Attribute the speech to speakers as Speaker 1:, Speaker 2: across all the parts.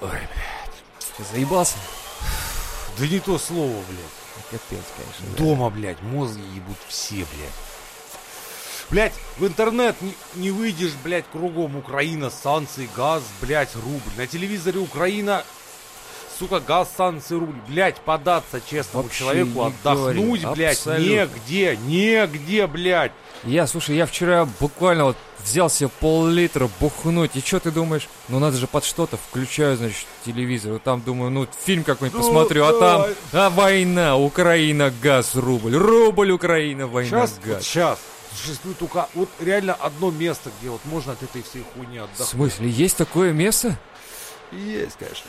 Speaker 1: Ой, блядь.
Speaker 2: Заебался?
Speaker 1: Да не то слово, блядь.
Speaker 2: Капец, конечно. да.
Speaker 1: Дома, блядь, мозги ебут все, блядь. Блядь, в интернет не, не выйдешь, блядь, кругом Украина, санкции, газ, блядь, рубль. На телевизоре Украина, сука, газ, санкции, рубль. Блядь, податься честному
Speaker 2: Вообще
Speaker 1: человеку,
Speaker 2: не говорю,
Speaker 1: отдохнуть, блядь,
Speaker 2: абсолютно.
Speaker 1: негде, негде, блядь.
Speaker 2: Я, слушай, я вчера буквально вот взял себе пол-литра бухнуть. И что ты думаешь? Ну надо же под что-то. Включаю, значит, телевизор. И там думаю, ну фильм какой-нибудь
Speaker 1: Ну,
Speaker 2: посмотрю. А там,
Speaker 1: давай.
Speaker 2: а война, Украина, газ, рубль. Рубль, Украина, война,
Speaker 1: Сейчас, вот
Speaker 2: газ.
Speaker 1: сейчас. Существует только вот реально одно место, где вот можно от этой всей хуйни
Speaker 2: В
Speaker 1: отдохнуть.
Speaker 2: смысле, есть такое место?
Speaker 1: Есть, конечно.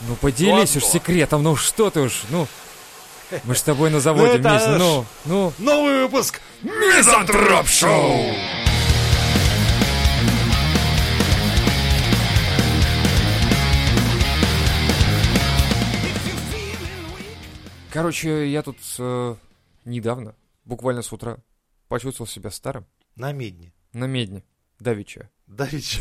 Speaker 2: Ну поделись
Speaker 1: Ну,
Speaker 2: уж
Speaker 1: одно.
Speaker 2: секретом, ну что ты уж, ну. Мы ж с тобой на заводе
Speaker 1: это
Speaker 2: вместе,
Speaker 1: ж-
Speaker 2: ну, ну.
Speaker 1: Новый выпуск
Speaker 2: Мизантроп Шоу! Короче, я тут э, недавно, буквально с утра, почувствовал себя старым
Speaker 1: на медне.
Speaker 2: на медне. Давича.
Speaker 1: Давич,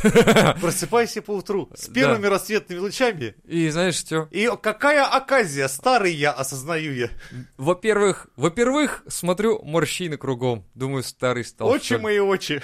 Speaker 1: просыпайся поутру с
Speaker 2: Да.
Speaker 1: первыми рассветными лучами.
Speaker 2: И знаешь что?
Speaker 1: И какая оказия, старый я, осознаю я.
Speaker 2: Во-первых, во-первых, смотрю морщины кругом. Думаю, старый стал.
Speaker 1: Очи
Speaker 2: что ли.
Speaker 1: мои очи.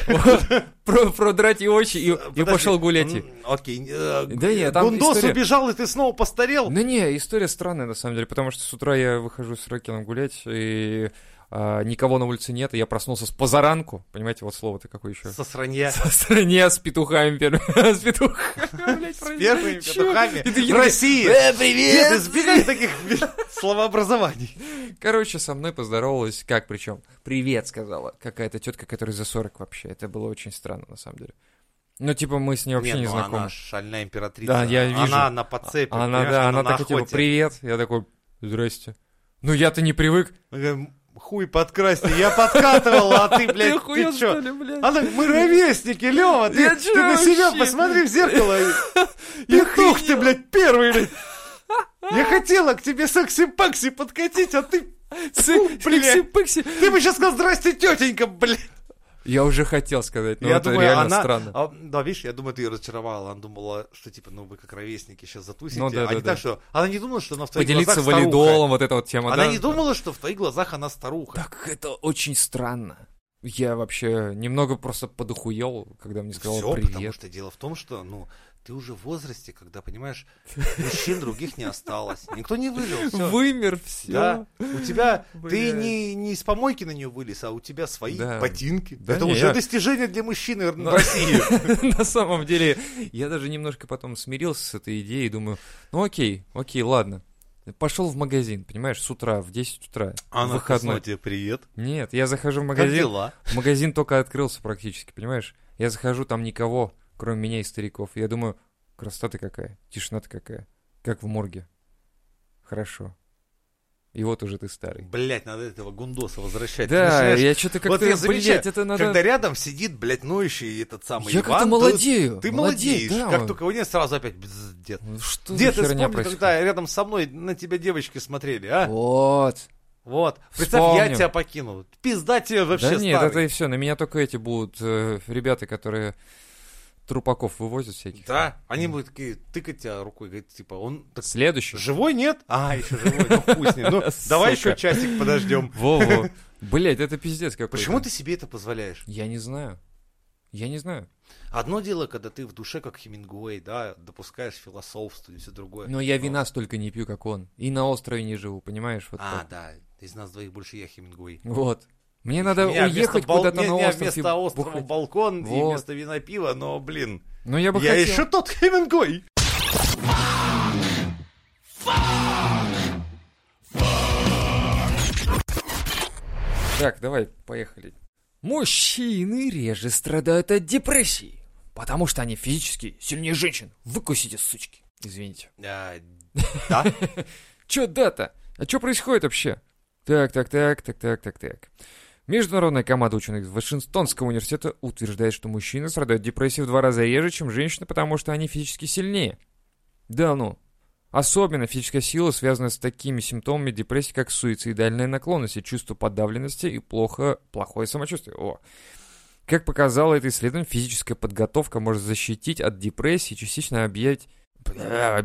Speaker 2: Про- Продрать и очи, и- и
Speaker 1: Подожди.
Speaker 2: пошел гулять. и-
Speaker 1: М, Окей. э,
Speaker 2: Да нет, там
Speaker 1: Гундос
Speaker 2: история-
Speaker 1: убежал, и ты снова постарел.
Speaker 2: Ну не, история странная на самом деле, потому что с утра я выхожу с Рокеном гулять, и а, никого на улице нет, и я проснулся с позаранку. Понимаете, вот слово-то какое еще?
Speaker 1: Со сранья.
Speaker 2: Со стране с петухами первыми. С петухами, блядь,
Speaker 1: С первыми
Speaker 2: чё?
Speaker 1: петухами
Speaker 2: И такие,
Speaker 1: в России.
Speaker 2: «Э,
Speaker 1: Нет,
Speaker 2: привет!
Speaker 1: избегай таких словообразований.
Speaker 2: Короче, со мной поздоровалась, как причем? Привет, сказала какая-то тетка, которая за 40 вообще. Это было очень странно, на самом деле. Ну, типа, мы с ней вообще
Speaker 1: Нет,
Speaker 2: не
Speaker 1: ну
Speaker 2: знакомы.
Speaker 1: Она шальная императрица.
Speaker 2: Да, я вижу.
Speaker 1: Она на подцепе.
Speaker 2: Она,
Speaker 1: понимаешь,
Speaker 2: да, она
Speaker 1: на
Speaker 2: такая, типа,
Speaker 1: охоте.
Speaker 2: привет. Я такой, здрасте. Ну, я-то не привык.
Speaker 1: Она говорит, Хуй подкрасти, я подкатывал, а ты, блядь,
Speaker 2: охуел,
Speaker 1: ты чё? А,
Speaker 2: ли, блядь?
Speaker 1: Она, мы ровесники, Лёва, ты,
Speaker 2: Я
Speaker 1: ты
Speaker 2: чё
Speaker 1: на себя
Speaker 2: вообще,
Speaker 1: посмотри в зеркало. и- Петух ты,
Speaker 2: охренел.
Speaker 1: блядь, первый, блядь. Я хотела к тебе секси-пакси подкатить, а ты... Фу, блядь.
Speaker 2: Пикси, пикси.
Speaker 1: Ты бы сейчас сказал, здрасте, тетенька, блядь.
Speaker 2: Я уже хотел сказать, но Ну, это реально странно.
Speaker 1: А, да, видишь, я думаю, ты ее разочаровала. Она думала, что типа, ну вы как ровесники сейчас затусите.
Speaker 2: Ну да,
Speaker 1: а
Speaker 2: да,
Speaker 1: не
Speaker 2: да.
Speaker 1: так, что... Она не думала, что она в твоих
Speaker 2: Поделиться
Speaker 1: глазах старуха.
Speaker 2: валидолом, вот эта вот тема,
Speaker 1: Она
Speaker 2: да?
Speaker 1: не думала, что в твоих глазах она старуха.
Speaker 2: Так это очень странно. Я вообще немного просто подохуел, когда мне сказала
Speaker 1: Все, потому
Speaker 2: привет.
Speaker 1: что дело в том, что, ну, ты уже в возрасте, когда, понимаешь, мужчин других не осталось. Никто не выжил. всё.
Speaker 2: Вымер все.
Speaker 1: Да, у тебя, ты
Speaker 2: Блядь.
Speaker 1: не, не из помойки на нее вылез, а у тебя свои
Speaker 2: Да.
Speaker 1: ботинки.
Speaker 2: Да
Speaker 1: Это
Speaker 2: не,
Speaker 1: уже
Speaker 2: я-
Speaker 1: достижение для мужчины в
Speaker 2: Да.
Speaker 1: России.
Speaker 2: На самом деле, я даже немножко потом смирился с этой идеей и думаю, ну окей, окей, ладно. Пошел в магазин, понимаешь, с утра, в 10 утра, в выходной.
Speaker 1: тебе привет.
Speaker 2: Нет, я захожу в
Speaker 1: А, Как
Speaker 2: магазин,
Speaker 1: дела?
Speaker 2: Магазин только открылся практически, понимаешь? Я захожу, там никого, кроме меня и стариков. Я думаю, красота-то какая, тишина-то какая. Как в морге. Хорошо. И вот уже ты старый.
Speaker 1: Блять, надо этого гундоса возвращать. Ты
Speaker 2: Да,
Speaker 1: начинаешь-
Speaker 2: я что-то как-то,
Speaker 1: Вот я замечаю,
Speaker 2: блядь, это надо...
Speaker 1: Когда рядом сидит, блядь, ноющий этот самый
Speaker 2: я как-то
Speaker 1: Иван, то
Speaker 2: молодею.
Speaker 1: Ты
Speaker 2: молодею,
Speaker 1: молодеешь.
Speaker 2: да.
Speaker 1: Как только его нет, сразу опять бз, дед.
Speaker 2: Ну Что
Speaker 1: Дед,
Speaker 2: за
Speaker 1: ты
Speaker 2: херня
Speaker 1: вспомни,
Speaker 2: происходит?
Speaker 1: когда рядом со мной на тебя девочки смотрели, а?
Speaker 2: Вот.
Speaker 1: Вот. Представь, я
Speaker 2: Вспомнил.
Speaker 1: тебя покинул. Пизда тебе вообще
Speaker 2: да нет,
Speaker 1: старый.
Speaker 2: это и все. На меня только эти будут э, ребята, которые трупаков вывозят всяких.
Speaker 1: Да, они будут такие тыкать тебя рукой, говорит, типа, он так
Speaker 2: Следующий.
Speaker 1: живой, нет? А, еще живой, ну хуй с ним. Ну, давай
Speaker 2: Сука.
Speaker 1: еще часик подождем.
Speaker 2: Во-во. Блять, это пиздец какой-то.
Speaker 1: Почему ты себе это позволяешь?
Speaker 2: Я не знаю. Я не знаю.
Speaker 1: Одно дело, когда ты в душе, как Хемингуэй, да, допускаешь философство и все другое.
Speaker 2: Но Ну, я вина столько не пью, как он. И на острове не живу, понимаешь? Вот.
Speaker 1: А,
Speaker 2: так.
Speaker 1: да, из нас двоих больше я Хемингуэй.
Speaker 2: Вот. Мне надо
Speaker 1: Меня вместо
Speaker 2: уехать
Speaker 1: бал-
Speaker 2: куда-то
Speaker 1: не-
Speaker 2: на
Speaker 1: не,
Speaker 2: остров. и
Speaker 1: вместо острова
Speaker 2: бухать.
Speaker 1: балкон и
Speaker 2: Вот.
Speaker 1: вместо вина пива, но, блин,
Speaker 2: Ну, я бы
Speaker 1: я
Speaker 2: хотел.
Speaker 1: еще тот Хемингуэй.
Speaker 2: Так, давай, поехали. Мужчины реже страдают от депрессии, потому что они физически сильнее женщин. Выкусите, сучки. Извините.
Speaker 1: А, Да?
Speaker 2: Чё да-то? А чё происходит вообще? Так, так, так, так, так, так, так. Международная команда ученых Вашингтонского университета утверждает, что мужчины страдают депрессией в два раза реже, чем женщины, потому что они физически сильнее. Да ну. Особенно физическая сила связана с такими симптомами депрессии, как суицидальная наклонность, и чувство подавленности и плохо, плохое самочувствие. О. Как показало это исследование, физическая подготовка может защитить от депрессии и частично объять... Э,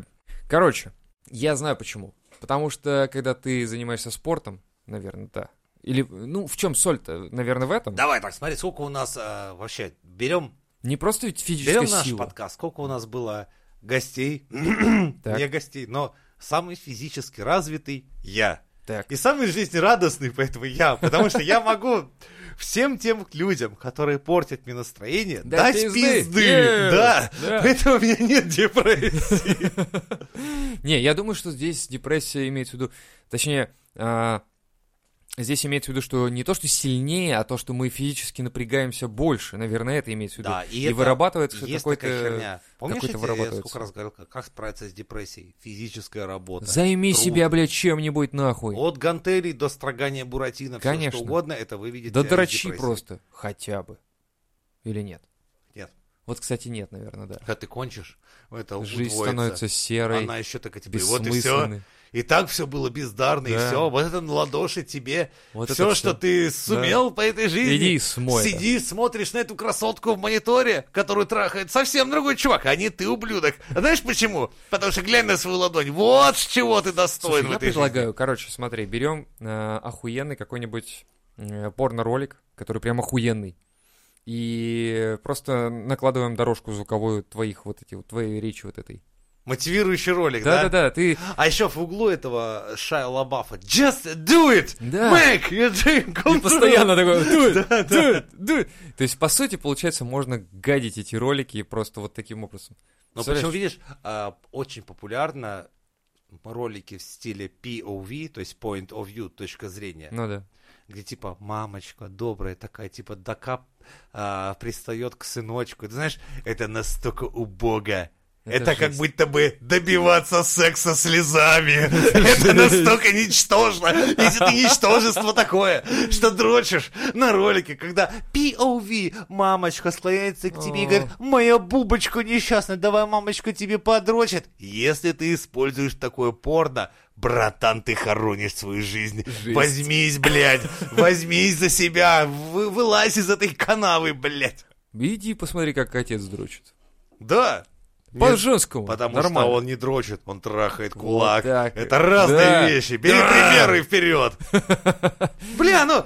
Speaker 2: Короче, я знаю почему. Потому что, когда ты занимаешься спортом, наверное, да. Или, ну, в чем соль-то? Наверное, в этом.
Speaker 1: Давай так, смотри, сколько у нас э, вообще, берем,
Speaker 2: Не просто ведь физическая
Speaker 1: берем наш
Speaker 2: сила.
Speaker 1: подкаст, сколько у нас было гостей,
Speaker 2: Так.
Speaker 1: не гостей, но самый физически развитый я.
Speaker 2: Так.
Speaker 1: И самый жизнерадостный поэтому я, потому что я могу всем тем людям, которые портят мне настроение,
Speaker 2: Дать
Speaker 1: дать
Speaker 2: пизды.
Speaker 1: пизды.
Speaker 2: Yes.
Speaker 1: Да,
Speaker 2: Да.
Speaker 1: поэтому у меня нет депрессии.
Speaker 2: Не, я думаю, что здесь депрессия имеется в виду, точнее, а, здесь имеется в виду, что не то, что сильнее, а то, что мы физически напрягаемся больше, наверное, это имеется в виду.
Speaker 1: Да, и
Speaker 2: и
Speaker 1: это
Speaker 2: вырабатывается
Speaker 1: Есть
Speaker 2: какой-то...
Speaker 1: такая херня. Помнишь, я
Speaker 2: какой-то
Speaker 1: тебе
Speaker 2: вырабатывается.
Speaker 1: сколько раз говорил, как, как справиться с депрессией? Физическая работа.
Speaker 2: Займи
Speaker 1: Труд.
Speaker 2: себя, блядь, чем-нибудь нахуй.
Speaker 1: От гантелей до строгания буратино,
Speaker 2: Конечно.
Speaker 1: все что угодно, это выведет
Speaker 2: да
Speaker 1: тебя из
Speaker 2: дрочи
Speaker 1: депрессии.
Speaker 2: просто, хотя бы. Или нет?
Speaker 1: Нет.
Speaker 2: Вот, кстати, нет, наверное, да.
Speaker 1: Когда ты кончишь, это
Speaker 2: Жизнь
Speaker 1: удвоится.
Speaker 2: становится серой,
Speaker 1: Она еще такая тебе, вот и все.
Speaker 2: бессмысленной.
Speaker 1: И так все было бездарно, и
Speaker 2: Да.
Speaker 1: все. Вот это на ладоши тебе.
Speaker 2: Вот это
Speaker 1: все,
Speaker 2: всё.
Speaker 1: что ты сумел по этой жизни.
Speaker 2: Иди и смой это.
Speaker 1: Сиди, смотришь на эту красотку в мониторе, которую трахает совсем другой чувак, а не ты, ублюдок. А знаешь почему? Потому что глянь на свою ладонь. Вот с чего ты
Speaker 2: Слушай,
Speaker 1: достоин в
Speaker 2: я
Speaker 1: этой
Speaker 2: предлагаю, короче, смотри, берем э, охуенный какой-нибудь э, порно-ролик, который прям охуенный, и просто накладываем дорожку звуковую твоих вот эти, вот твоей речи вот этой.
Speaker 1: жизни. Мотивирующий ролик, да?
Speaker 2: Да-да-да, ты...
Speaker 1: А еще в углу этого Шая Лабафа Just do it!
Speaker 2: Да.
Speaker 1: Make your dream
Speaker 2: А.
Speaker 1: come
Speaker 2: И
Speaker 1: true!»
Speaker 2: постоянно такой, do it,
Speaker 1: Да, да.
Speaker 2: do it, do it. То есть, по сути, получается, можно гадить эти ролики просто вот таким образом.
Speaker 1: Но причем,
Speaker 2: Представляешь?
Speaker 1: видишь, а, очень популярно ролики в стиле POV, то есть Point of View, точка зрения,
Speaker 2: Ну да.
Speaker 1: где типа мамочка добрая такая, типа докап а, пристает к сыночку. Ты знаешь, это настолько убого. Это,
Speaker 2: Это
Speaker 1: как
Speaker 2: жесть.
Speaker 1: будто бы добиваться секса слезами. Это настолько ничтожно. Если ты ничтожество такое, что дрочишь на ролике, когда POV мамочка склоняется к тебе и говорит, моя бубочка несчастная, давай мамочка тебе подрочит. Если ты используешь такое порно, братан, ты хоронишь свою жизнь.
Speaker 2: Жесть.
Speaker 1: Возьмись, блядь, возьмись за себя, вы- вылазь из этой канавы, блядь.
Speaker 2: Иди посмотри, как отец дрочит.
Speaker 1: Да,
Speaker 2: По-женскому.
Speaker 1: Потому
Speaker 2: нормально.
Speaker 1: что он не дрочит, он трахает кулак.
Speaker 2: так.
Speaker 1: Это разные
Speaker 2: Да.
Speaker 1: вещи. Бери
Speaker 2: Да.
Speaker 1: примеры вперед. Бля, ну.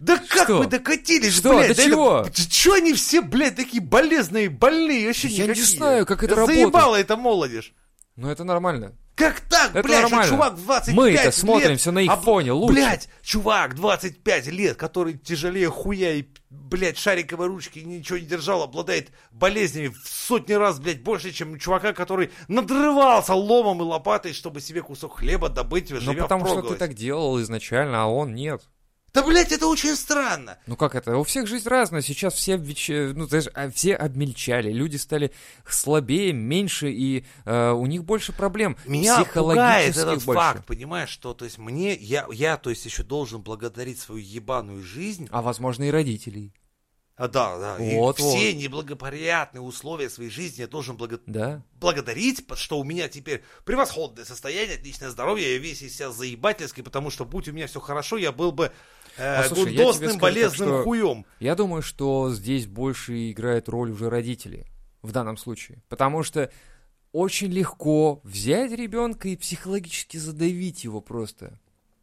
Speaker 1: Да как
Speaker 2: Что?
Speaker 1: мы докатились,
Speaker 2: Что?
Speaker 1: блядь?
Speaker 2: До
Speaker 1: это-
Speaker 2: чего?
Speaker 1: Чё они все, блядь, такие болезные, больные, вообще
Speaker 2: Я не
Speaker 1: никакие?
Speaker 2: знаю, как это
Speaker 1: Заебало это молодежь.
Speaker 2: Ну это нормально.
Speaker 1: Как так,
Speaker 2: Это
Speaker 1: блядь, что
Speaker 2: нормально.
Speaker 1: чувак в 25
Speaker 2: Мы-то
Speaker 1: лет... А
Speaker 2: смотрим всё на их фоне лучше.
Speaker 1: Блядь, чувак 25 лет, который тяжелее хуя и, блядь, шариковой ручки ничего не держал, обладает болезнями в сотни раз, блядь, больше, чем у чувака, который надрывался ломом и лопатой, чтобы себе кусок хлеба добыть,
Speaker 2: Ну
Speaker 1: живя
Speaker 2: потому что ты
Speaker 1: впроголодь.
Speaker 2: так делал изначально, а он нет.
Speaker 1: Да, блядь, это очень странно.
Speaker 2: Ну как это? У всех жизнь разная. Сейчас все, обвеч- э, ну, знаешь, а, все обмельчали. Люди стали слабее, меньше, и э, у них больше проблем.
Speaker 1: Меня пугает
Speaker 2: психологических
Speaker 1: этот
Speaker 2: больше.
Speaker 1: факт, понимаешь, что, то есть, мне, я, я, то есть, еще должен благодарить свою ебаную жизнь
Speaker 2: А возможно и родителей.
Speaker 1: А, да, да. И
Speaker 2: Вот,
Speaker 1: все неблагоприятные условия своей жизни я должен благо-
Speaker 2: Да?
Speaker 1: благодарить, по- что у меня теперь превосходное состояние, отличное здоровье, я весь из себя заебательский, потому что будь у меня все хорошо, я был бы э,
Speaker 2: Послушай, А, я тебе
Speaker 1: гундосным,
Speaker 2: скажу так,
Speaker 1: болезным
Speaker 2: что-
Speaker 1: хуем.
Speaker 2: Я думаю, что здесь больше играет роль уже родители в данном случае. Потому что очень легко взять ребенка и психологически задавить его просто.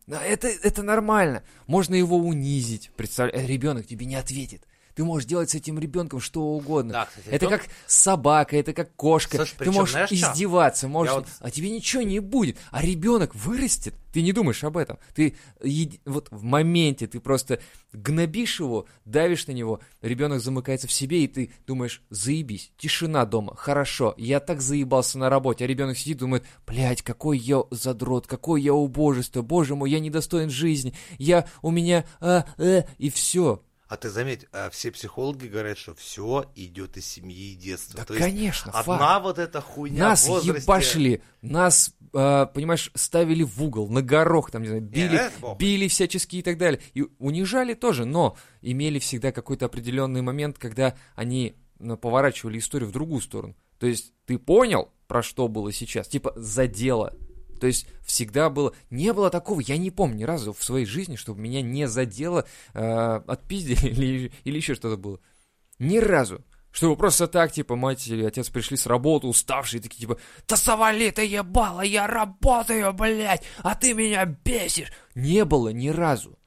Speaker 2: Да, Это, это нормально. Можно его унизить. Представляешь, ребенок тебе не ответит. Ты можешь делать с этим ребенком что угодно.
Speaker 1: Да, кстати,
Speaker 2: это
Speaker 1: ребенок-
Speaker 2: как собака, это как кошка.
Speaker 1: Слушай,
Speaker 2: ты
Speaker 1: причем
Speaker 2: можешь
Speaker 1: знаешь, чё?
Speaker 2: издеваться, можешь,
Speaker 1: Я вот-
Speaker 2: а тебе ничего не будет. А ребенок вырастет, ты не думаешь об этом. Ты еди- вот в моменте ты просто гнобишь его, давишь на него, ребенок замыкается в себе, и ты думаешь, заебись, тишина дома, хорошо, я так заебался на работе, а ребенок сидит, думает, блядь, какой я задрот, какой я убожество, боже мой, я недостоин жизни, я, у меня, а, э», и все.
Speaker 1: А ты заметь, э, все психологи говорят, что все идет из семьи и детства.
Speaker 2: Да,
Speaker 1: Ну, То есть
Speaker 2: конечно,
Speaker 1: одна
Speaker 2: факт.
Speaker 1: вот эта хуйня
Speaker 2: Нас
Speaker 1: в возрасте...
Speaker 2: ебашили, нас, э, понимаешь, ставили в угол, на горох, там, не знаю,
Speaker 1: Не,
Speaker 2: били,
Speaker 1: это плохо.
Speaker 2: били всячески и так далее. И унижали тоже, но имели всегда какой-то определенный момент, когда они ну, поворачивали историю в другую сторону. То есть ты понял, про что было сейчас, типа задело. То есть всегда было, не было такого, я не помню ни разу в своей жизни, чтобы меня не задело, э, отпиздили или, или еще что-то было. Ни разу. Что его просто так, типа, мать или отец пришли с работы, уставшие, и такие, типа, «Да завали ты, ебало, я работаю, блядь, а ты меня бесишь!» Не было ни разу.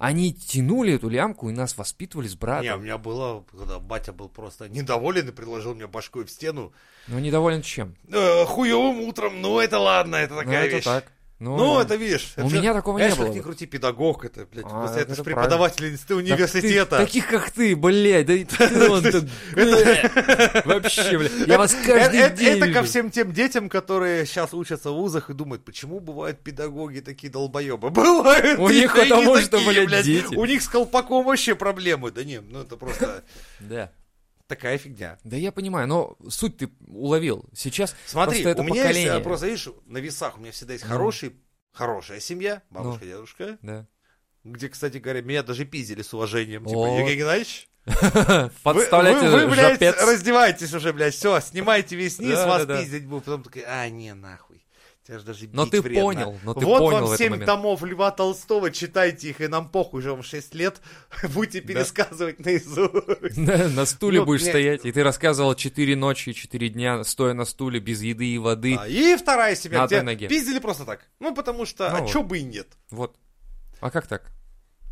Speaker 2: Они тянули эту лямку и нас воспитывали с братом.
Speaker 1: Не, у меня было, когда батя был просто недоволен и предложил мне башкой в стену.
Speaker 2: Но недоволен Ну, чем?
Speaker 1: Э, хуевым утром, ну это ладно, это
Speaker 2: Ну,
Speaker 1: такая
Speaker 2: это
Speaker 1: вещь.
Speaker 2: так.
Speaker 1: Ну,
Speaker 2: да.
Speaker 1: это видишь.
Speaker 2: У
Speaker 1: это же-
Speaker 2: меня такого не
Speaker 1: Знаешь,
Speaker 2: было.
Speaker 1: как ни крути, педагог это, блядь,
Speaker 2: А,
Speaker 1: просто это,
Speaker 2: это
Speaker 1: же
Speaker 2: правильно.
Speaker 1: преподаватель инст-
Speaker 2: Так ты-
Speaker 1: университета.
Speaker 2: таких, как ты, блядь, да и ты, он, да, блядь, вообще, блядь, я вас каждый
Speaker 1: Э, это,
Speaker 2: день
Speaker 1: это ко
Speaker 2: вижу.
Speaker 1: всем тем детям, которые сейчас учатся в вузах и думают, почему бывают педагоги такие долбоебы? Бывают
Speaker 2: У
Speaker 1: и-
Speaker 2: них
Speaker 1: и не
Speaker 2: потому что,
Speaker 1: такие,
Speaker 2: блядь, дети.
Speaker 1: У них с колпаком вообще проблемы. Да не, ну это просто
Speaker 2: Да.
Speaker 1: такая фигня.
Speaker 2: Да я понимаю, но суть ты уловил. Сейчас
Speaker 1: Смотри,
Speaker 2: просто это
Speaker 1: у меня есть,
Speaker 2: поколение.
Speaker 1: а, просто, видишь, на весах у меня всегда есть
Speaker 2: Ну.
Speaker 1: хороший, хорошая семья, бабушка, дедушка,
Speaker 2: Да.
Speaker 1: где, кстати говоря, меня даже пиздили с уважением. Типа,
Speaker 2: Вот.
Speaker 1: Евгений Геннадьевич,
Speaker 2: Подставляйте
Speaker 1: вы, вы, вы, блядь,
Speaker 2: э, жопец.
Speaker 1: раздевайтесь уже, блядь, все, снимайте весь низ,
Speaker 2: Да,
Speaker 1: вас
Speaker 2: да, да.
Speaker 1: пиздить будут. Потом такой, а, не, нахуй. Тебя же даже
Speaker 2: Но
Speaker 1: бить
Speaker 2: ты
Speaker 1: вредно».
Speaker 2: понял, но ты
Speaker 1: вот
Speaker 2: понял в
Speaker 1: вам
Speaker 2: этот
Speaker 1: семь
Speaker 2: момент.
Speaker 1: томов Льва Толстого, читайте их, и нам похуй, уже вам 6 лет, будете пересказывать наизусть.
Speaker 2: Да, На стуле
Speaker 1: Ну,
Speaker 2: будешь
Speaker 1: блядь.
Speaker 2: стоять, и ты рассказывал 4 ночи и 4 дня, стоя на стуле, без еды и воды.
Speaker 1: А, И вторая семья,
Speaker 2: На
Speaker 1: где
Speaker 2: одной ноге.
Speaker 1: пиздили просто так. Ну, потому что,
Speaker 2: Ну
Speaker 1: а
Speaker 2: вот.
Speaker 1: чё бы и нет.
Speaker 2: Вот. А как так?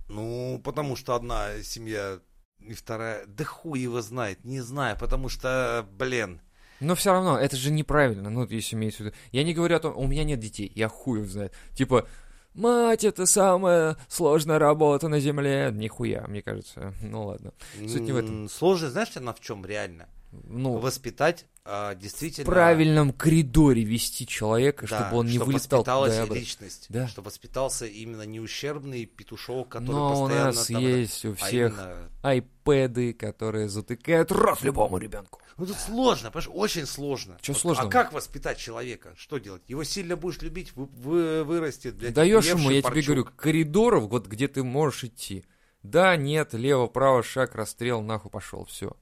Speaker 1: Ну, потому что одна семья и вторая, да хуй его знает, не знаю, потому что, блин,
Speaker 2: Но все равно, это же неправильно, ну, если имеется в виду. Я не говорю о том, у меня нет детей, я хуев знаю. Типа, мать, это самая сложная работа на земле. Нихуя, мне кажется. Ну, ладно. Суть не в этом.
Speaker 1: м, сложно, знаешь, она в чем реально?
Speaker 2: Ну,
Speaker 1: воспитать а, действительно
Speaker 2: в правильном коридоре вести человека,
Speaker 1: да,
Speaker 2: чтобы он не
Speaker 1: чтоб
Speaker 2: вылетал
Speaker 1: воспиталась
Speaker 2: туда и обратно.
Speaker 1: личность,
Speaker 2: Да.
Speaker 1: чтобы воспитался именно не ущербный петушок, который
Speaker 2: Но у
Speaker 1: постоянно
Speaker 2: нас
Speaker 1: там это-
Speaker 2: есть у
Speaker 1: а
Speaker 2: всех
Speaker 1: именно-
Speaker 2: айпэды, которые затыкают рот любому ребенку.
Speaker 1: Ну тут сложно, понимаешь, очень сложно.
Speaker 2: Чё
Speaker 1: Вот,
Speaker 2: сложного?
Speaker 1: А как воспитать человека? Что делать? Его сильно будешь любить, вы- вы- вырастет. блядь,
Speaker 2: Даешь ему,
Speaker 1: охуевший
Speaker 2: я тебе
Speaker 1: парчук.
Speaker 2: говорю, коридоров, вот где ты можешь идти. Да, нет, лево, право, шаг, расстрел, нахуй пошел, все.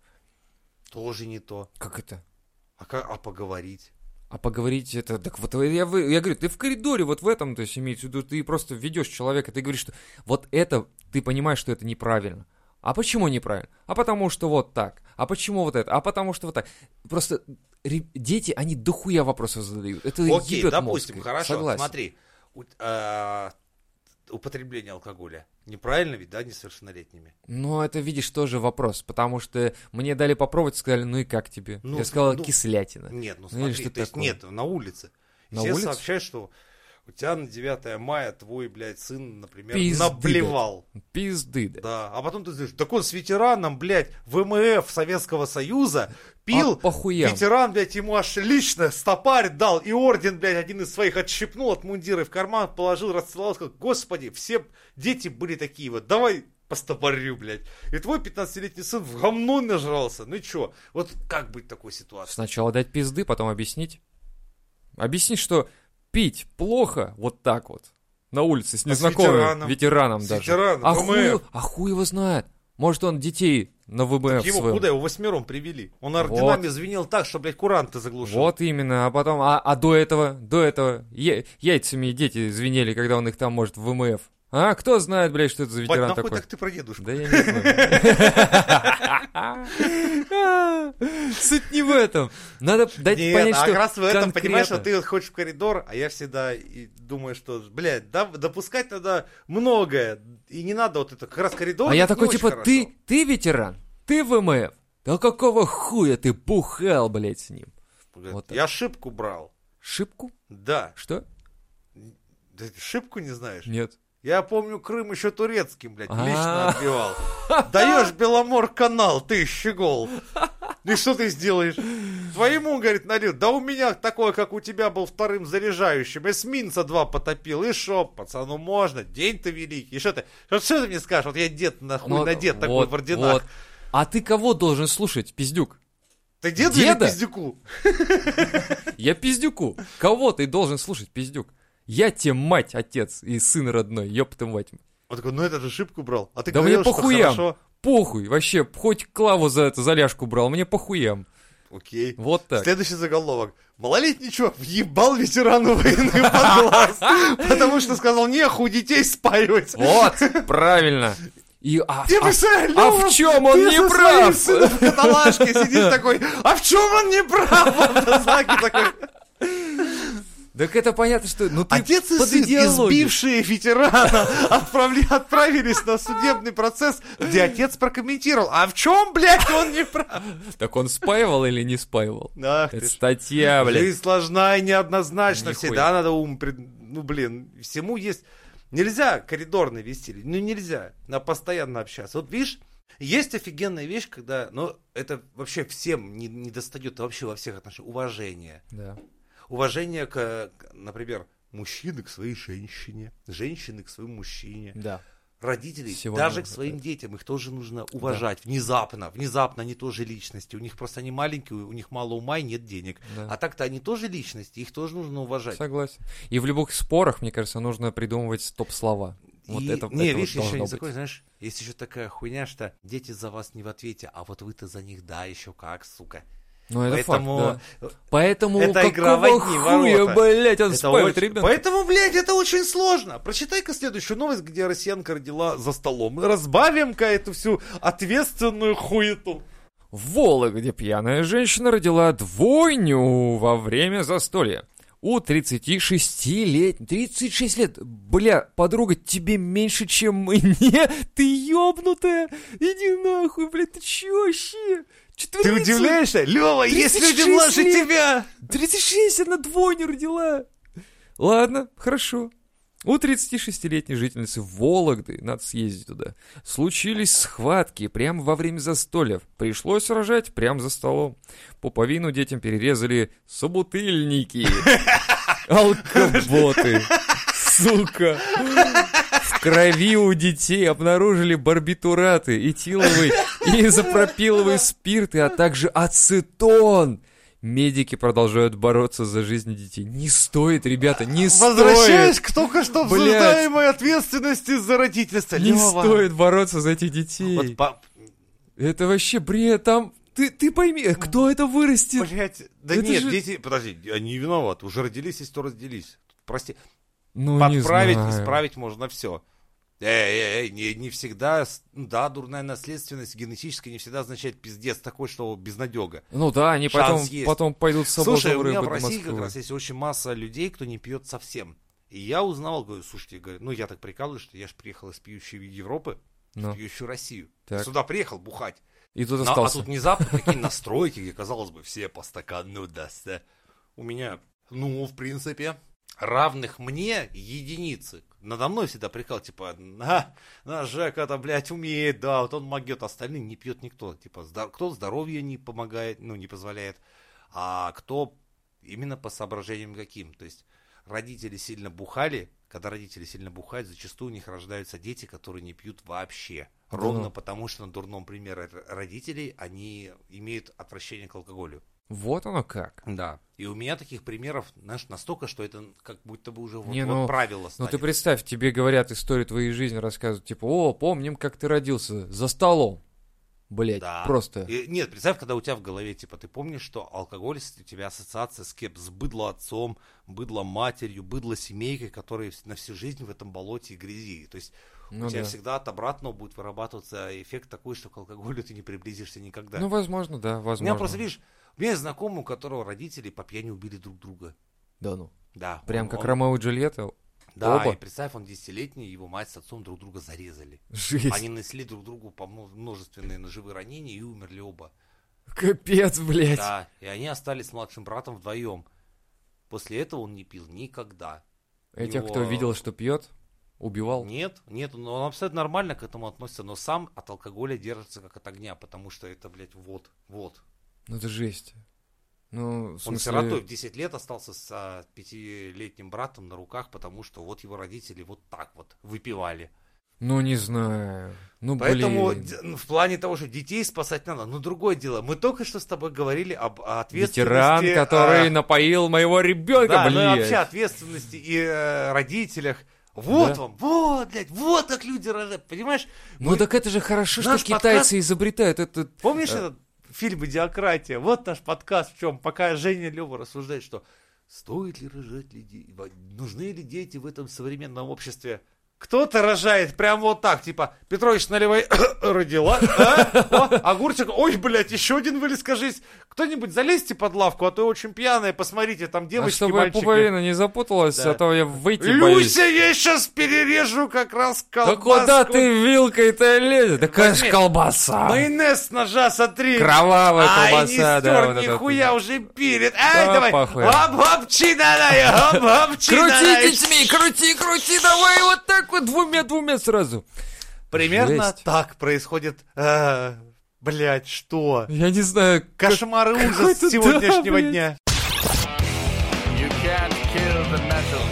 Speaker 1: Тоже не то.
Speaker 2: Как это?
Speaker 1: А, как, а поговорить?
Speaker 2: А поговорить это... Так вот, я, вы- я говорю, ты в коридоре вот в этом, то есть имеется в виду, ты просто ведешь человека, ты говоришь, что вот это, ты понимаешь, что это неправильно. А почему неправильно? А потому что вот так. А почему вот это? А потому что вот так. Просто ре- дети, они дохуя вопросов задают. Это
Speaker 1: Окей,
Speaker 2: ебет
Speaker 1: допустим,
Speaker 2: мозг.
Speaker 1: хорошо,
Speaker 2: Согласен.
Speaker 1: смотри. у- а, употребление алкоголя. Неправильно ведь, да, несовершеннолетними?
Speaker 2: Ну, это, видишь, тоже вопрос, потому что мне дали попробовать, сказали, ну и как тебе?
Speaker 1: Ну,
Speaker 2: я сказал,
Speaker 1: ну,
Speaker 2: кислятина.
Speaker 1: Нет, ну
Speaker 2: Ну или
Speaker 1: смотри,
Speaker 2: что
Speaker 1: то есть
Speaker 2: такое?
Speaker 1: нет, на улице. И
Speaker 2: На
Speaker 1: все
Speaker 2: улице?
Speaker 1: сообщают, что у тебя на 9 мая твой, блядь, сын, например,
Speaker 2: Пизды,
Speaker 1: наблевал.
Speaker 2: Пизды, да.
Speaker 1: Да, а потом ты знаешь, так он с ветераном, блядь, ВМФ Советского Союза
Speaker 2: А
Speaker 1: пил.
Speaker 2: по хуям.
Speaker 1: Ветеран, блядь, ему аж лично стопарь дал и орден, блядь, один из своих отщипнул от мундира и в карман положил, расцеловал, сказал, господи, все дети были такие вот, давай по стопорю, блядь. И твой 15-летний сын в говно нажрался, ну чё, вот как быть в такой ситуации?
Speaker 2: Сначала дать пизды, потом объяснить. Объяснить, что пить плохо вот так вот. На улице с
Speaker 1: А с
Speaker 2: незнакомым
Speaker 1: ветераном?
Speaker 2: ветераном,
Speaker 1: С
Speaker 2: даже.
Speaker 1: ветераном,
Speaker 2: а,
Speaker 1: ВМФ.
Speaker 2: хуй, а хуй его знает. Может, он детей на ВБФ
Speaker 1: Так его
Speaker 2: своем.
Speaker 1: куда? Его восьмером привели. Он орденами звенел так, что, блядь, куранты заглушил.
Speaker 2: Вот именно, а потом, а, а до этого, до этого е- яйцами дети звенели, когда он их там, может, в ВМФ. А кто знает, блядь, что это за
Speaker 1: Бать,
Speaker 2: ветеран
Speaker 1: нахуй
Speaker 2: такой?
Speaker 1: так ты про дедушку?
Speaker 2: Да я не знаю. Суть не в этом. Надо дать
Speaker 1: Нет,
Speaker 2: понять,
Speaker 1: а
Speaker 2: что
Speaker 1: как раз в этом,
Speaker 2: конкретно.
Speaker 1: понимаешь, что ты хочешь в коридор, а я всегда и думаю, что, блядь, да- допускать надо многое. И не надо вот это, как раз коридор.
Speaker 2: А я
Speaker 1: не
Speaker 2: такой,
Speaker 1: очень
Speaker 2: типа,
Speaker 1: хорошо.
Speaker 2: ты, ты ветеран, ты ВМФ. Да какого хуя ты бухал, блядь, с ним?
Speaker 1: Говорит,
Speaker 2: вот так.
Speaker 1: я шибку брал.
Speaker 2: Шибку?
Speaker 1: Да.
Speaker 2: Что?
Speaker 1: Да ты Шибку не знаешь?
Speaker 2: Нет.
Speaker 1: Я помню, Крым еще турецким, блядь, лично
Speaker 2: А.
Speaker 1: отбивал. Даешь Беломор канал, ты щегол. И что ты сделаешь? Твоему, говорит, нальют. Да у меня такое, как у тебя был вторым заряжающим. Эсминца два потопил. И шо, пацану можно. День-то великий. И что ты? Вот что ты мне скажешь? Вот я дед нахуй
Speaker 2: Ну,
Speaker 1: надет такой
Speaker 2: вот,
Speaker 1: в орденах.
Speaker 2: вот. А ты кого должен слушать, пиздюк?
Speaker 1: Ты дед
Speaker 2: Деда?
Speaker 1: или пиздюку?
Speaker 2: Я пиздюку. Кого ты должен слушать, пиздюк? Я тебе мать, отец и сын родной, ёпта мать.
Speaker 1: Он такой, ну это же ошибку брал. А ты
Speaker 2: Да
Speaker 1: говорил,
Speaker 2: мне
Speaker 1: что
Speaker 2: похуям.
Speaker 1: хорошо.
Speaker 2: Похуй, вообще, хоть клаву за это, за ляжку брал, мне похуям.
Speaker 1: Окей.
Speaker 2: Вот так.
Speaker 1: Следующий заголовок. Малолетний чувак въебал ветерану войны под глаз, потому что сказал, нехуй детей спаивать.
Speaker 2: Вот, правильно. И, а,
Speaker 1: Ты
Speaker 2: а-
Speaker 1: представляешь,
Speaker 2: а
Speaker 1: Лёва,
Speaker 2: в чем он
Speaker 1: ты
Speaker 2: не
Speaker 1: со
Speaker 2: прав?
Speaker 1: своим сыном в каталажке сидишь такой, а в чем он не прав? Мазаки такой,
Speaker 2: Так это понятно, что... Ну, ты
Speaker 1: Отец и
Speaker 2: под
Speaker 1: сын,
Speaker 2: идеологию.
Speaker 1: избившие ветерана, отправли- отправились на судебный процесс, где отец прокомментировал, а в чем, блядь, он не прав?
Speaker 2: Так он спаивал или не спаивал?
Speaker 1: Ах ты
Speaker 2: Это
Speaker 1: ж.
Speaker 2: статья, блядь.
Speaker 1: Жизнь сложна и неоднозначна
Speaker 2: Нихуя.
Speaker 1: всегда. Надо ум... пред- Ну, блин, всему есть... Нельзя коридорный вести. Ну, нельзя. Надо постоянно общаться. Вот видишь, есть офигенная вещь, когда... Ну, это вообще всем не, не достает. Вообще во всех отношениях. Уважение.
Speaker 2: Да.
Speaker 1: Уважение к, э, к, например, мужчины к своей женщине. Женщины к своему мужчине.
Speaker 2: Да.
Speaker 1: Родителей
Speaker 2: Всего
Speaker 1: даже
Speaker 2: нам
Speaker 1: к своим
Speaker 2: хватает.
Speaker 1: детям. Их тоже нужно уважать. Внезапно. Внезапно они тоже личности. У них просто они маленькие, у них мало ума и нет денег.
Speaker 2: Да.
Speaker 1: А так-то они тоже личности, их тоже нужно уважать.
Speaker 2: Согласен. И в любых спорах, мне кажется, нужно придумывать топ-слова. Вот
Speaker 1: И-
Speaker 2: это,
Speaker 1: не,
Speaker 2: это вот
Speaker 1: видишь, еще
Speaker 2: должно
Speaker 1: не
Speaker 2: быть.
Speaker 1: такой, знаешь, есть еще такая хуйня, что дети за вас не в ответе, а вот вы-то за них да, еще как, сука.
Speaker 2: Ну, это
Speaker 1: Поэтому
Speaker 2: факт, да. Поэтому
Speaker 1: это
Speaker 2: какого
Speaker 1: игра в одни
Speaker 2: хуя,
Speaker 1: ворота.
Speaker 2: блядь, он
Speaker 1: это
Speaker 2: спаивает
Speaker 1: очень-
Speaker 2: ребенка?
Speaker 1: Поэтому, блядь, это очень сложно. Прочитай-ка следующую новость, где россиянка родила за столом. И Разбавим-ка эту всю ответственную хуету.
Speaker 2: В Вологде пьяная женщина родила двойню во время застолья. У 36 лет... 36 лет! Бля, подруга, тебе меньше, чем мне! Ты ёбнутая! Иди нахуй, блядь, ты чё вообще?
Speaker 1: Ты
Speaker 2: Четверицу?
Speaker 1: удивляешься? Лева, есть люди
Speaker 2: 36
Speaker 1: младше
Speaker 2: лет.
Speaker 1: тебя!
Speaker 2: 36, она двойню родила. Ладно, хорошо. У 36-летней жительницы Вологды, надо съездить туда, случились схватки прямо во время застолья. Пришлось рожать прямо за столом. Пуповину детям перерезали собутыльники. Алкоботы. Сука. В крови у детей обнаружили барбитураты, этиловый и изопропиловый спирты, а также ацетон. Медики продолжают бороться за жизнь детей. Не стоит, ребята, не стоит.
Speaker 1: Возвращаюсь к только что
Speaker 2: Блядь.
Speaker 1: обсуждаемой ответственности за родительство.
Speaker 2: Не
Speaker 1: Лёва.
Speaker 2: стоит бороться за этих детей.
Speaker 1: Вот па-
Speaker 2: Это вообще бред, там... Ты, ты пойми, э, кто это вырастет?
Speaker 1: Блять, да
Speaker 2: Это
Speaker 1: нет,
Speaker 2: же-
Speaker 1: дети, подожди, они не виноваты, уже родились, если то родились. Прости,
Speaker 2: Ну, не
Speaker 1: подправить,
Speaker 2: знаю.
Speaker 1: исправить можно все. Эй, эй, эй, не, не всегда, с- ну да, дурная наследственность генетическая не всегда означает пиздец такой, что безнадега.
Speaker 2: Ну да, они
Speaker 1: Шанс
Speaker 2: потом,
Speaker 1: есть.
Speaker 2: потом пойдут с собой
Speaker 1: Слушай, у меня в
Speaker 2: до
Speaker 1: России как
Speaker 2: Москвы.
Speaker 1: раз есть очень масса людей, кто не пьет совсем. И я узнавал, говорю, слушайте, говорю, ну я так прикалываюсь, что я же приехал из пьющей Европы,
Speaker 2: Ну,
Speaker 1: в пьющую Россию.
Speaker 2: так.
Speaker 1: Сюда приехал бухать.
Speaker 2: И тут
Speaker 1: На- а
Speaker 2: остался.
Speaker 1: тут внезапно такие настройки, где, казалось бы, все по стакану даст. да. У меня, ну, в принципе, равных мне единицы. Надо мной всегда прикал, типа, на, на Жека-то, а блядь, умеет, да, вот он могет, остальные не пьет никто. Типа, зда- кто здоровье не помогает, ну, не позволяет, а кто именно по соображениям каким. То есть родители сильно бухали, когда родители сильно бухают, зачастую у них рождаются дети, которые не пьют вообще. Ровно
Speaker 2: Да.
Speaker 1: потому, что на дурном примере р- родителей они имеют отвращение к алкоголю.
Speaker 2: Вот оно как.
Speaker 1: Да. И у меня таких примеров, знаешь, настолько, что это как будто бы уже вот,
Speaker 2: Не,
Speaker 1: вот
Speaker 2: ну,
Speaker 1: правило
Speaker 2: Ну
Speaker 1: станет.
Speaker 2: ты представь, тебе говорят историю твоей жизни, рассказывают, типа, о, помним, как ты родился за столом. Блять,
Speaker 1: Да.
Speaker 2: просто.
Speaker 1: И- нет, представь, когда у тебя в голове, типа, ты помнишь, что алкоголь, с- у тебя ассоциация с кем? С быдло отцом, быдло матерью, быдло семейкой, которые вс- на всю жизнь в этом болоте и грязи. То есть
Speaker 2: Ну
Speaker 1: у тебя
Speaker 2: да.
Speaker 1: всегда от обратного будет вырабатываться эффект такой, что к алкоголю ты не приблизишься никогда.
Speaker 2: Ну, возможно, да,
Speaker 1: у меня
Speaker 2: возможно.
Speaker 1: просто, видишь, у меня есть знакомый, у которого родители по пьяни убили друг друга.
Speaker 2: Да ну.
Speaker 1: Да.
Speaker 2: Прям
Speaker 1: он-
Speaker 2: как
Speaker 1: а он-
Speaker 2: Ромео и Джульетта.
Speaker 1: Да,
Speaker 2: оба.
Speaker 1: и представь, он десятилетний, его мать с отцом друг друга зарезали.
Speaker 2: Жесть.
Speaker 1: Они нанесли друг другу по мно- множественные ножевые ранения и умерли оба.
Speaker 2: Капец, блять.
Speaker 1: Да, и они остались с младшим братом вдвоем. После этого он не пил никогда.
Speaker 2: Этих,
Speaker 1: Его-
Speaker 2: кто видел, что пьет, убивал.
Speaker 1: Нет, нет, но он абсолютно нормально к этому относится, но сам от алкоголя держится как от огня, потому что это, блядь, вот, вот.
Speaker 2: Ну это жесть. Ну, в
Speaker 1: Он
Speaker 2: смысле...
Speaker 1: сиротой в 10 лет остался с а, пятилетним братом на руках, потому что вот его родители вот так вот выпивали.
Speaker 2: Ну, не знаю. Ну,
Speaker 1: Поэтому
Speaker 2: блин.
Speaker 1: д- ну, в плане того, что детей спасать надо, но другое дело. Мы только что с тобой говорили об ответственности.
Speaker 2: Ветеран, который
Speaker 1: а,
Speaker 2: напоил моего ребенка,
Speaker 1: Да, ну и
Speaker 2: блин.
Speaker 1: вообще ответственности и э, родителях. Вот
Speaker 2: Да.
Speaker 1: вам, вот, блядь, вот как люди рожают, понимаешь?
Speaker 2: Ну
Speaker 1: Мы-
Speaker 2: так это же хорошо, что
Speaker 1: Наш
Speaker 2: китайцы изобретают этот...
Speaker 1: Помнишь
Speaker 2: Э.
Speaker 1: этот фильм «Идиократия»? Вот наш подкаст в чем, пока Женя Лева рассуждает, что стоит ли рожать людей, во- нужны ли дети в этом современном обществе. Кто-то рожает прям вот так, типа, Петрович наливай, родила, а? О, огурчик, ой, блядь, еще один вылез, кажись. Кто-нибудь залезьте под лавку, а то я очень пьяная, посмотрите, там
Speaker 2: А
Speaker 1: девочки,
Speaker 2: чтобы
Speaker 1: мальчики.
Speaker 2: пуповина не запуталась,
Speaker 1: Да.
Speaker 2: а то я выйти боюсь.
Speaker 1: Люся, я сейчас перережу как раз
Speaker 2: Да
Speaker 1: колбаску.
Speaker 2: куда ты вилкой-то лезешь? Да конечно
Speaker 1: Возьми.
Speaker 2: колбаса.
Speaker 1: Майонез с ножа сотри.
Speaker 2: Кровавая
Speaker 1: Ай, не
Speaker 2: колбаса, да.
Speaker 1: стер,
Speaker 2: вот это вот.
Speaker 1: нихуя, уже перед. Ай,
Speaker 2: Да,
Speaker 1: давай.
Speaker 2: похуй.
Speaker 1: Оп-оп, чинанай, оп-оп, чинанай.
Speaker 2: Крути детьми, крути, крути, давай вот так вот двумя-двумя сразу.
Speaker 1: Примерно
Speaker 2: Жесть.
Speaker 1: так происходит. э, Блять, что?
Speaker 2: Я не знаю, как-
Speaker 1: Кошмар и ужас
Speaker 2: какой-то,
Speaker 1: сегодняшнего
Speaker 2: да, блядь.
Speaker 1: дня.
Speaker 3: You can't kill the metal.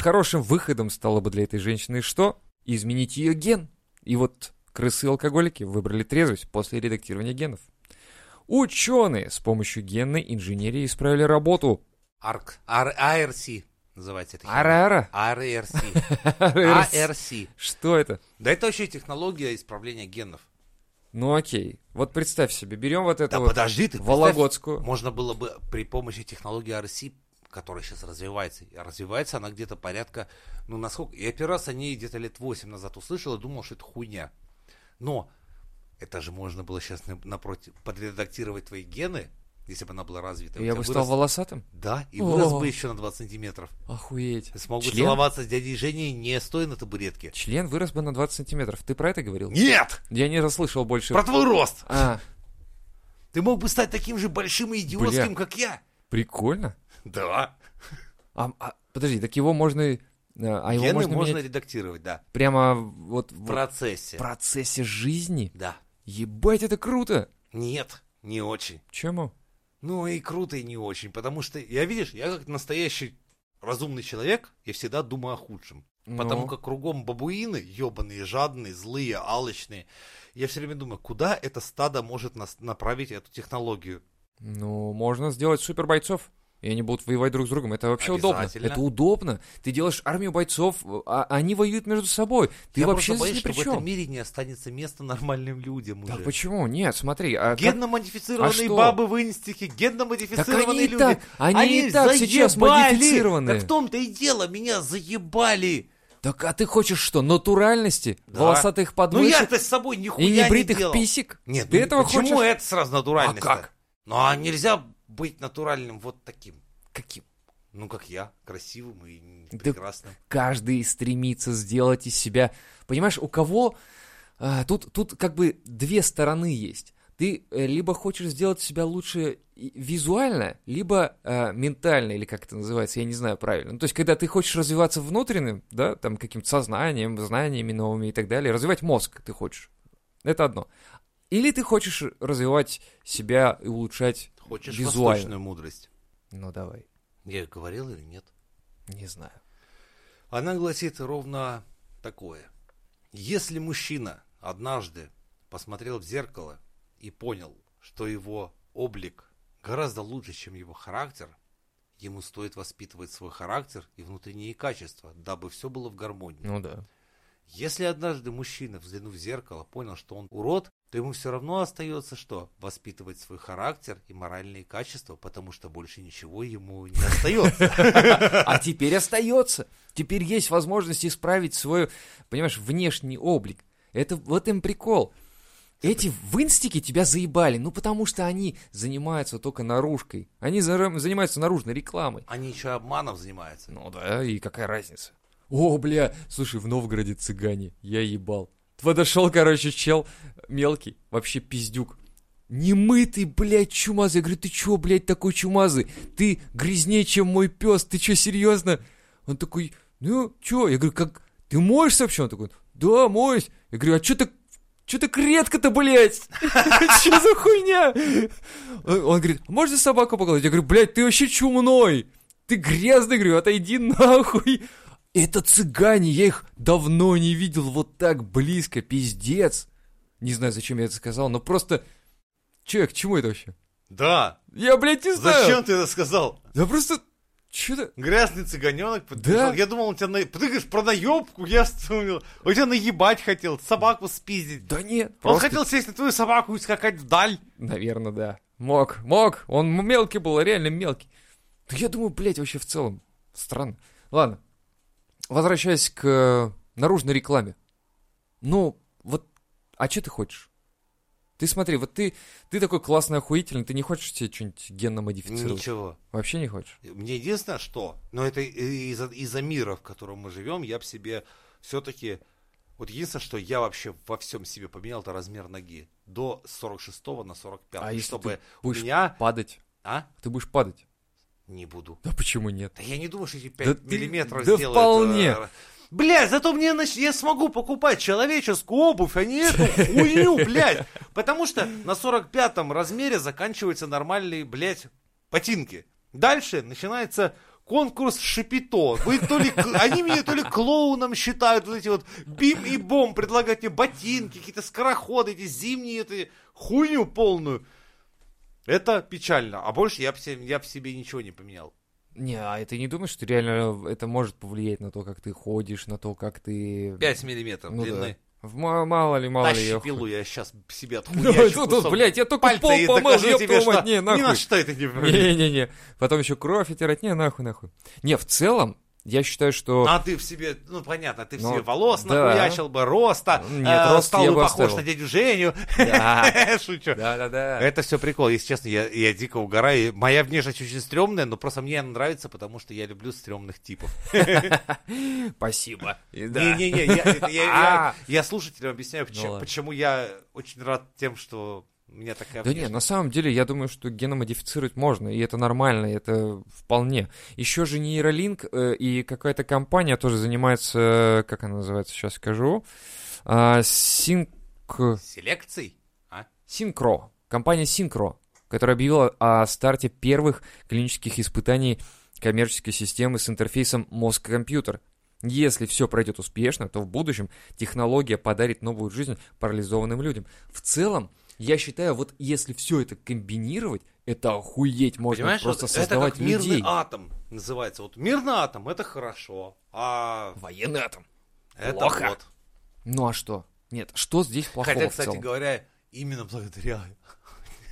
Speaker 2: хорошим выходом стало бы для этой женщины что? Изменить ее ген. И вот крысы-алкоголики выбрали трезвость после редактирования генов. Ученые с помощью генной инженерии исправили работу.
Speaker 1: Арк. Ар- ARC называется это.
Speaker 2: Арара.
Speaker 1: ARC. А, ARC.
Speaker 2: Что это?
Speaker 1: Да это вообще технология исправления генов.
Speaker 2: Ну окей. Вот представь себе, берем вот это
Speaker 1: Да
Speaker 2: вот
Speaker 1: подожди ты. представь,
Speaker 2: Вологодскую.
Speaker 1: Можно было бы при помощи технологии RC, которая сейчас развивается, и развивается она где-то порядка, ну насколько, я первый раз о ней где-то лет 8 назад услышал и думал, что это хуйня. Но это же можно было сейчас на- напротив, подредактировать твои гены, если бы она была развита. У
Speaker 2: Я
Speaker 1: тебя
Speaker 2: бы стал
Speaker 1: вырос-
Speaker 2: волосатым?
Speaker 1: Да, и
Speaker 2: О.
Speaker 1: вырос бы еще на 20 сантиметров.
Speaker 2: Охуеть.
Speaker 1: Смог бы
Speaker 2: Член?
Speaker 1: целоваться с дядей Женей, не стоя на табуретке.
Speaker 2: Член вырос бы на 20 сантиметров. Ты про это говорил?
Speaker 1: Нет!
Speaker 2: Я не расслышал больше.
Speaker 1: Про твой рост!
Speaker 2: А,
Speaker 1: Ты мог бы стать таким же большим и идиотским,
Speaker 2: Бля.
Speaker 1: как я!
Speaker 2: прикольно.
Speaker 1: Да.
Speaker 2: А, а, подожди, так его можно... и- а, А его
Speaker 1: Гены
Speaker 2: можно,
Speaker 1: можно,
Speaker 2: менять
Speaker 1: редактировать, да.
Speaker 2: прямо вот
Speaker 1: В
Speaker 2: в
Speaker 1: процессе.
Speaker 2: процессе жизни?
Speaker 1: Да.
Speaker 2: Ебать, это круто!
Speaker 1: Нет, не очень.
Speaker 2: Чему?
Speaker 1: Ну и круто, и не очень, потому что, я видишь, я как настоящий разумный человек, я всегда думаю о худшем. Потому
Speaker 2: Ну.
Speaker 1: как кругом бабуины, ебаные, жадные, злые, алочные. Я все время думаю, куда это стадо может нас направить эту технологию?
Speaker 2: Ну, можно сделать супер бойцов. И они будут воевать друг с другом. Это вообще удобно.
Speaker 1: Обязательно.
Speaker 2: Это удобно. Ты делаешь армию бойцов, а они воюют между собой. Ты
Speaker 1: я
Speaker 2: вообще
Speaker 1: просто боюсь,
Speaker 2: здесь ни при
Speaker 1: что в этом
Speaker 2: чем.
Speaker 1: мире не останется места нормальным людям
Speaker 2: Да
Speaker 1: уже.
Speaker 2: почему? Нет, смотри, а как- А
Speaker 1: Генно-модифицированные
Speaker 2: что?
Speaker 1: бабы в инстике,
Speaker 2: так
Speaker 1: генно-модифицированные
Speaker 2: они и
Speaker 1: люди.
Speaker 2: так, они, и так сейчас
Speaker 1: заебали!
Speaker 2: модифицированы.
Speaker 1: Так в том-то и дело, меня заебали.
Speaker 2: Так а ты хочешь что, натуральности?
Speaker 1: Да.
Speaker 2: Волосатых
Speaker 1: Ну
Speaker 2: подмышек
Speaker 1: я-то с собой нихуя
Speaker 2: А и
Speaker 1: не
Speaker 2: небритых
Speaker 1: делал.
Speaker 2: писек?
Speaker 1: Нет,
Speaker 2: ты
Speaker 1: ну
Speaker 2: этого
Speaker 1: почему
Speaker 2: хочешь?
Speaker 1: это сразу натуральность?
Speaker 2: А как?
Speaker 1: Ну а нельзя быть натуральным вот таким.
Speaker 2: Каким?
Speaker 1: Ну как я, красивым и
Speaker 2: Да-
Speaker 1: прекрасным.
Speaker 2: Каждый стремится сделать из себя... Понимаешь, у кого... а, тут, тут как бы две стороны есть. Ты э, либо хочешь сделать себя лучше и- визуально, либо а, ментально, или как это называется, я не знаю правильно. Ну, то есть, когда ты хочешь развиваться внутренним, да, там каким-то сознанием, знаниями новыми и так далее, развивать мозг ты хочешь. Это одно. Или ты хочешь развивать себя и улучшать...
Speaker 1: Хочешь
Speaker 2: визуально.
Speaker 1: восточную мудрость?
Speaker 2: Ну, давай.
Speaker 1: Я её говорил или нет?
Speaker 2: Не знаю.
Speaker 1: Она гласит ровно такое. Если мужчина однажды посмотрел в зеркало и понял, что его облик гораздо лучше, чем его характер, ему стоит воспитывать свой характер и внутренние качества, дабы все было в гармонии.
Speaker 2: Ну да.
Speaker 1: Если однажды мужчина, взглянув в зеркало, понял, что он урод, то ему все равно остается что? Воспитывать свой характер и моральные качества, потому что больше ничего ему не остается.
Speaker 2: А теперь остается. Теперь есть возможность исправить свой, понимаешь, внешний облик. Это в этом прикол. Эти в инстике тебя заебали, ну потому что они занимаются только наружкой. Они зара- занимаются наружной рекламой.
Speaker 1: Они еще обманом занимаются.
Speaker 2: Ну да, и какая разница? О, бля, слушай, в Новгороде цыгане, я ебал. Подошел, короче, чел мелкий, вообще пиздюк. Немытый, блядь, чумазый. Я говорю, ты чё, блядь, такой чумазый? Ты грязнее, чем мой пес. Ты чё, серьезно? Он такой, ну, чё? Я говорю, как, ты моешься вообще? Он такой, да, моюсь. Я говорю, а чё так, чё так редко-то, блядь? Чё за хуйня? Он Э, он говорит, можно собаку погладить? Я говорю, блядь, ты вообще чумной. Ты грязный, говорю, отойди нахуй. Это цыгане, я их давно не видел вот так близко, пиздец. Не знаю, зачем я это сказал, но просто... Че, к чему это вообще?
Speaker 1: Да,
Speaker 2: Я, блядь, не знаю.
Speaker 1: Зачем ты это сказал?
Speaker 2: Да просто... Че то
Speaker 1: Грязный цыганенок подбежал.
Speaker 2: Да.
Speaker 1: Я думал, он тебя на... Ты говоришь про наебку, я вспомнил. Он тебя наебать хотел, собаку спиздить.
Speaker 2: Да нет,
Speaker 1: Он
Speaker 2: просто-
Speaker 1: хотел сесть на твою собаку и скакать вдаль.
Speaker 2: Наверное, да. Мог, мог. Он м- мелкий был, реально мелкий. Да я думаю, блядь, вообще в целом странно. Ладно. Возвращаясь к э, наружной рекламе. Ну, вот, а что ты хочешь? Ты смотри, вот ты, ты такой классный, охуительный, ты не хочешь себе что-нибудь генно модифицировать?
Speaker 1: Ничего.
Speaker 2: Вообще не хочешь?
Speaker 1: Мне единственное, что, но это и- из-за из-за мира, в котором мы живем, я бы себе все-таки... Вот единственное, что я вообще во всем себе поменял, это размер ноги. До 46 на 45.
Speaker 2: А если
Speaker 1: чтобы у
Speaker 2: будешь
Speaker 1: меня...
Speaker 2: падать?
Speaker 1: А?
Speaker 2: Ты будешь падать?
Speaker 1: Не буду.
Speaker 2: Да почему нет?
Speaker 1: Да я не думаю, что эти 5
Speaker 2: Да ты-
Speaker 1: миллиметров
Speaker 2: да
Speaker 1: сделают.
Speaker 2: вполне.
Speaker 1: э, Блядь, зато мне нач- я смогу покупать человеческую обувь, а не эту хуйню, блядь. Потому что на 45-м размере заканчиваются нормальные, блядь, ботинки. Дальше начинается конкурс Шипито. Вы то ли, к- они меня то ли клоуном считают, вот эти вот бим и бом, предлагают мне ботинки, какие-то скороходы, эти зимние, эти хуйню полную. Это печально. А больше я бы я б себе ничего не поменял.
Speaker 2: Не, а ты не думаешь, что реально это может повлиять на то, как ты ходишь, на то, как ты...
Speaker 1: 5 миллиметров
Speaker 2: Ну да.
Speaker 1: длины.
Speaker 2: В- ма- Мало ли, мало ли.
Speaker 1: Тащи
Speaker 2: я оху-
Speaker 1: пилу, я сейчас себе отхуячу
Speaker 2: Ну, тут, тут, блядь, я только пол помыл, ёб твою мать, не,
Speaker 1: Ни на
Speaker 2: нахуй.
Speaker 1: что это не влияет.
Speaker 2: Не-не-не, потом еще кровь отирать, не, нахуй, нахуй. Не, в целом, я считаю, что...
Speaker 1: А ты в себе, ну понятно, ты в
Speaker 2: Ну,
Speaker 1: себе волос
Speaker 2: да.
Speaker 1: нахуячил бы, роста, э,
Speaker 2: Нет, рост
Speaker 1: стал
Speaker 2: я
Speaker 1: бы
Speaker 2: бы
Speaker 1: похож
Speaker 2: оставил.
Speaker 1: на дядю Женю. А. Э,
Speaker 2: Да,
Speaker 1: Шучу.
Speaker 2: да-да-да.
Speaker 1: Это все прикол, если честно, я, я дико угораю. И Моя внешность очень стрёмная, но просто мне она нравится, потому что я люблю стрёмных типов.
Speaker 2: Спасибо. И да.
Speaker 1: Не-не-не, я- это я- я-
Speaker 2: А. Ну
Speaker 1: я слушателям объясняю, поч-
Speaker 2: ладно.
Speaker 1: почему я очень рад тем, что у меня такая
Speaker 2: Да не,
Speaker 1: внешность.
Speaker 2: на самом деле, я думаю, что геномодифицировать можно, и это нормально, и это вполне. Еще же нейролинк э, и какая-то компания тоже занимается, э, как она называется, сейчас скажу, а, синк... ну.
Speaker 1: Селекций?
Speaker 2: Синкро. Компания Синкро, которая объявила о старте первых клинических испытаний коммерческой системы с интерфейсом мозг-компьютер. Если все пройдет успешно, то в будущем технология подарит новую жизнь парализованным людям. В целом, я считаю, вот если все это комбинировать, это охуеть можно
Speaker 1: Понимаешь,
Speaker 2: просто
Speaker 1: вот
Speaker 2: создавать
Speaker 1: это как
Speaker 2: людей.
Speaker 1: мирный а- атом называется. Вот мирный атом это хорошо, а
Speaker 2: Военный атом.
Speaker 1: это
Speaker 2: Плохо.
Speaker 1: вот.
Speaker 2: Ну а что? Нет, что здесь плохого
Speaker 1: Хотя,
Speaker 2: в
Speaker 1: кстати
Speaker 2: целом?
Speaker 1: говоря, именно благодаря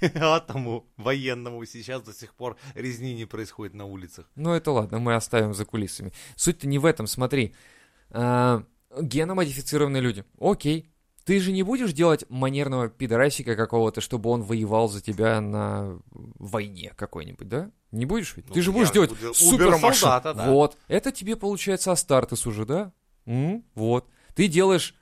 Speaker 1: атому военному сейчас до сих пор резни не происходит на улицах.
Speaker 2: Ну это ладно, мы оставим за кулисами. Суть-то не в этом, смотри. А, геномодифицированные люди. Окей. Ты же не будешь делать манерного пидорасика какого-то, чтобы он воевал за тебя на войне какой-нибудь, да? Не будешь ведь?
Speaker 1: Ну,
Speaker 2: ты же
Speaker 1: я
Speaker 2: будешь делать
Speaker 1: буду
Speaker 2: супермашину.
Speaker 1: убер-солдата, да.
Speaker 2: Вот. Это тебе получается Астартес уже, да? М? Вот. Ты делаешь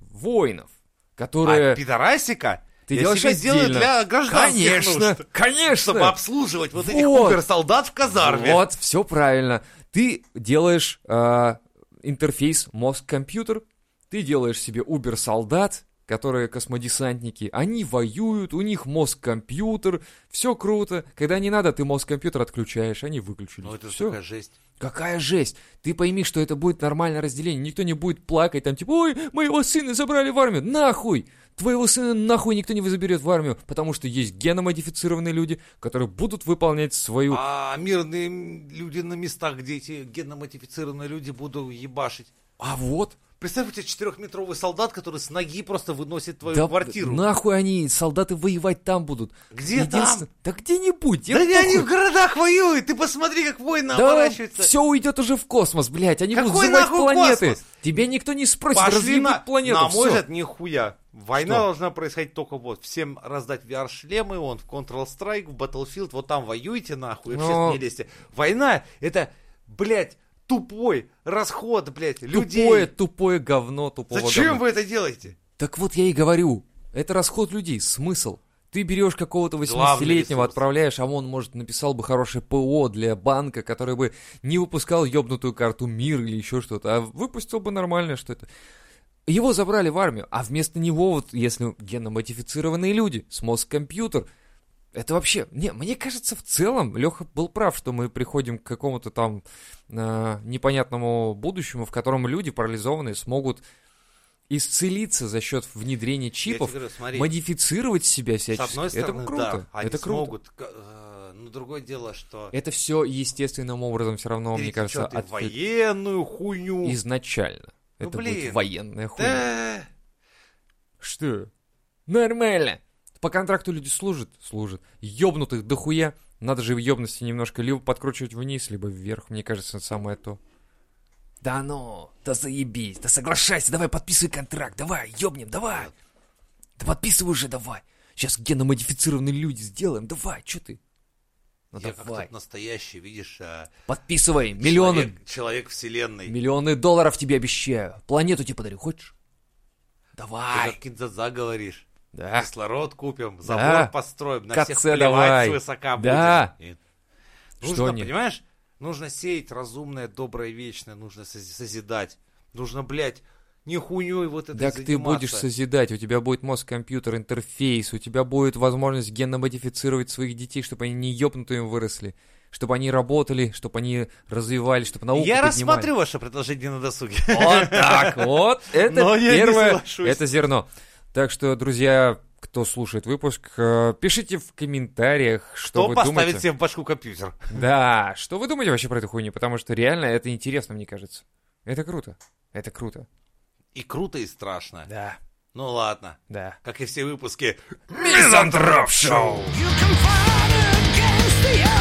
Speaker 2: воинов, которые...
Speaker 1: А пидорасика
Speaker 2: ты
Speaker 1: я
Speaker 2: делаешь
Speaker 1: себе
Speaker 2: отдельно.
Speaker 1: сделаю для гражданских
Speaker 2: Конечно,
Speaker 1: нужд,
Speaker 2: конечно.
Speaker 1: чтобы обслуживать вот, этих
Speaker 2: Вот.
Speaker 1: убер-солдат в казарме.
Speaker 2: Вот, все правильно. Ты делаешь э, интерфейс мозг-компьютер, ты делаешь себе убер-солдат, которые космодесантники, они воюют, у них мозг-компьютер, все круто. Когда не надо, ты мозг-компьютер отключаешь, они выключили.
Speaker 1: Ну это же
Speaker 2: Всё.
Speaker 1: такая жесть.
Speaker 2: Какая жесть! Ты пойми, что это будет нормальное разделение. Никто не будет плакать там, типа, ой, моего сына забрали в армию. Нахуй! Твоего сына нахуй никто не заберет в армию, потому что есть геномодифицированные люди, которые будут выполнять свою...
Speaker 1: А мирные м, люди на местах, где эти генномодифицированные люди будут ебашить.
Speaker 2: а вот,
Speaker 1: Представь, у тебя четырехметровый солдат, который с ноги просто выносит твою
Speaker 2: Да ну,
Speaker 1: квартиру.
Speaker 2: Нахуй они, солдаты воевать там будут.
Speaker 1: Где
Speaker 2: Единствен- Да где-нибудь.
Speaker 1: там? Да не, они в городах воюют, ты посмотри, как войны оборачиваются.
Speaker 2: все уйдет уже в космос, блядь. Они будут
Speaker 1: Какой
Speaker 2: взрывать
Speaker 1: нахуй
Speaker 2: планеты.
Speaker 1: космос?
Speaker 2: Тебя никто не спросит,
Speaker 1: Пошли
Speaker 2: разъебут
Speaker 1: на...
Speaker 2: планету.
Speaker 1: на мой
Speaker 2: всё.
Speaker 1: взгляд, нихуя. Война
Speaker 2: Что?
Speaker 1: должна происходить только вот. Всем раздать VR-шлемы, он в Counter-Strike, в Battlefield, вот там воюйте нахуй, и
Speaker 2: Но-
Speaker 1: вообще не лезьте. Война — это, блядь, тупой расход, блядь,
Speaker 2: Тупое,
Speaker 1: людей.
Speaker 2: тупое говно тупого
Speaker 1: Зачем
Speaker 2: говна.
Speaker 1: вы это делаете?
Speaker 2: Так вот я и говорю. Это расход людей, смысл. Ты берешь какого-то
Speaker 1: Главный
Speaker 2: 18-летнего,
Speaker 1: ресурс.
Speaker 2: отправляешь, а он, может, написал бы хорошее ПО для банка, который бы не выпускал ёбнутую карту МИР или еще что-то, а выпустил бы нормальное что-то. Его забрали в армию, а вместо него, вот если геномодифицированные люди с мозг-компьютер, это вообще... Не, мне кажется, в целом Леха был прав, что мы приходим к какому-то там э, непонятному будущему, в котором люди парализованные смогут исцелиться за счет внедрения
Speaker 1: Я тебе
Speaker 2: чипов,
Speaker 1: говорю, смотри.
Speaker 2: модифицировать себя
Speaker 1: С
Speaker 2: всячески.
Speaker 1: одной стороны,
Speaker 2: это круто.
Speaker 1: да, они
Speaker 2: это круто.
Speaker 1: смогут. к- э, Но другое дело, что
Speaker 2: Это все естественным образом все равно, мне кажется,
Speaker 1: перетечет и в
Speaker 2: от-
Speaker 1: военную хуйню.
Speaker 2: изначально.
Speaker 1: Ну,
Speaker 2: это
Speaker 1: блин.
Speaker 2: будет военная хуйня.
Speaker 1: Да.
Speaker 2: Что? Нормально. По контракту люди служат? Служат. Ёбнутых дохуя. Надо же ебности немножко либо подкручивать вниз, либо вверх. Мне кажется, самое то.
Speaker 4: Да ну, да заебись, да соглашайся, давай подписывай контракт, давай, ёбнем, давай. Да подписывай уже, давай. Сейчас геномодифицированные люди сделаем, давай, чё ты? Ну
Speaker 1: Я как
Speaker 4: давай,
Speaker 1: тут настоящий, видишь, а,
Speaker 4: подписывай, миллионы,
Speaker 1: человек, человек вселенной.
Speaker 4: миллионы долларов тебе обещаю. Планету тебе подарю, хочешь?
Speaker 1: Ты
Speaker 4: Давай.
Speaker 1: как Кинзадза говоришь.
Speaker 4: Да.
Speaker 1: Кислород купим, забор
Speaker 2: Да.
Speaker 1: построим, на всех
Speaker 2: Каце
Speaker 1: плевать
Speaker 2: давай.
Speaker 1: свысока
Speaker 2: Да.
Speaker 1: будем. И
Speaker 2: Что
Speaker 1: нужно,
Speaker 2: нет?
Speaker 1: понимаешь, нужно сеять разумное, доброе, вечное, нужно сози- созидать. Нужно, блядь, не хуйней вот это
Speaker 2: Так ты будешь созидать, у тебя будет мозг, компьютер, интерфейс, у тебя будет возможность генномодифицировать своих детей, чтобы они не ёбнутыми выросли, чтобы они работали, чтобы они развивали, чтобы науку
Speaker 1: Я
Speaker 2: поднимали.
Speaker 1: рассмотрю ваше предложение на досуге.
Speaker 2: Вот так, вот. Это
Speaker 1: Но я не
Speaker 2: первое,
Speaker 1: соглашусь.
Speaker 2: это зерно. Так что, друзья, кто слушает выпуск, э, пишите в комментариях, что
Speaker 1: Кто
Speaker 2: вы
Speaker 1: поставит
Speaker 2: думаете.
Speaker 1: себе в башку компьютер?
Speaker 2: Да, что вы думаете вообще про эту хуйню? Потому что реально это интересно, мне кажется. Это круто. Это круто.
Speaker 1: И круто, и страшно.
Speaker 2: Да,
Speaker 1: Ну ладно,
Speaker 2: да.
Speaker 1: как и все выпуски.
Speaker 2: Мизантроп Шоу!
Speaker 5: You can fight against the odds.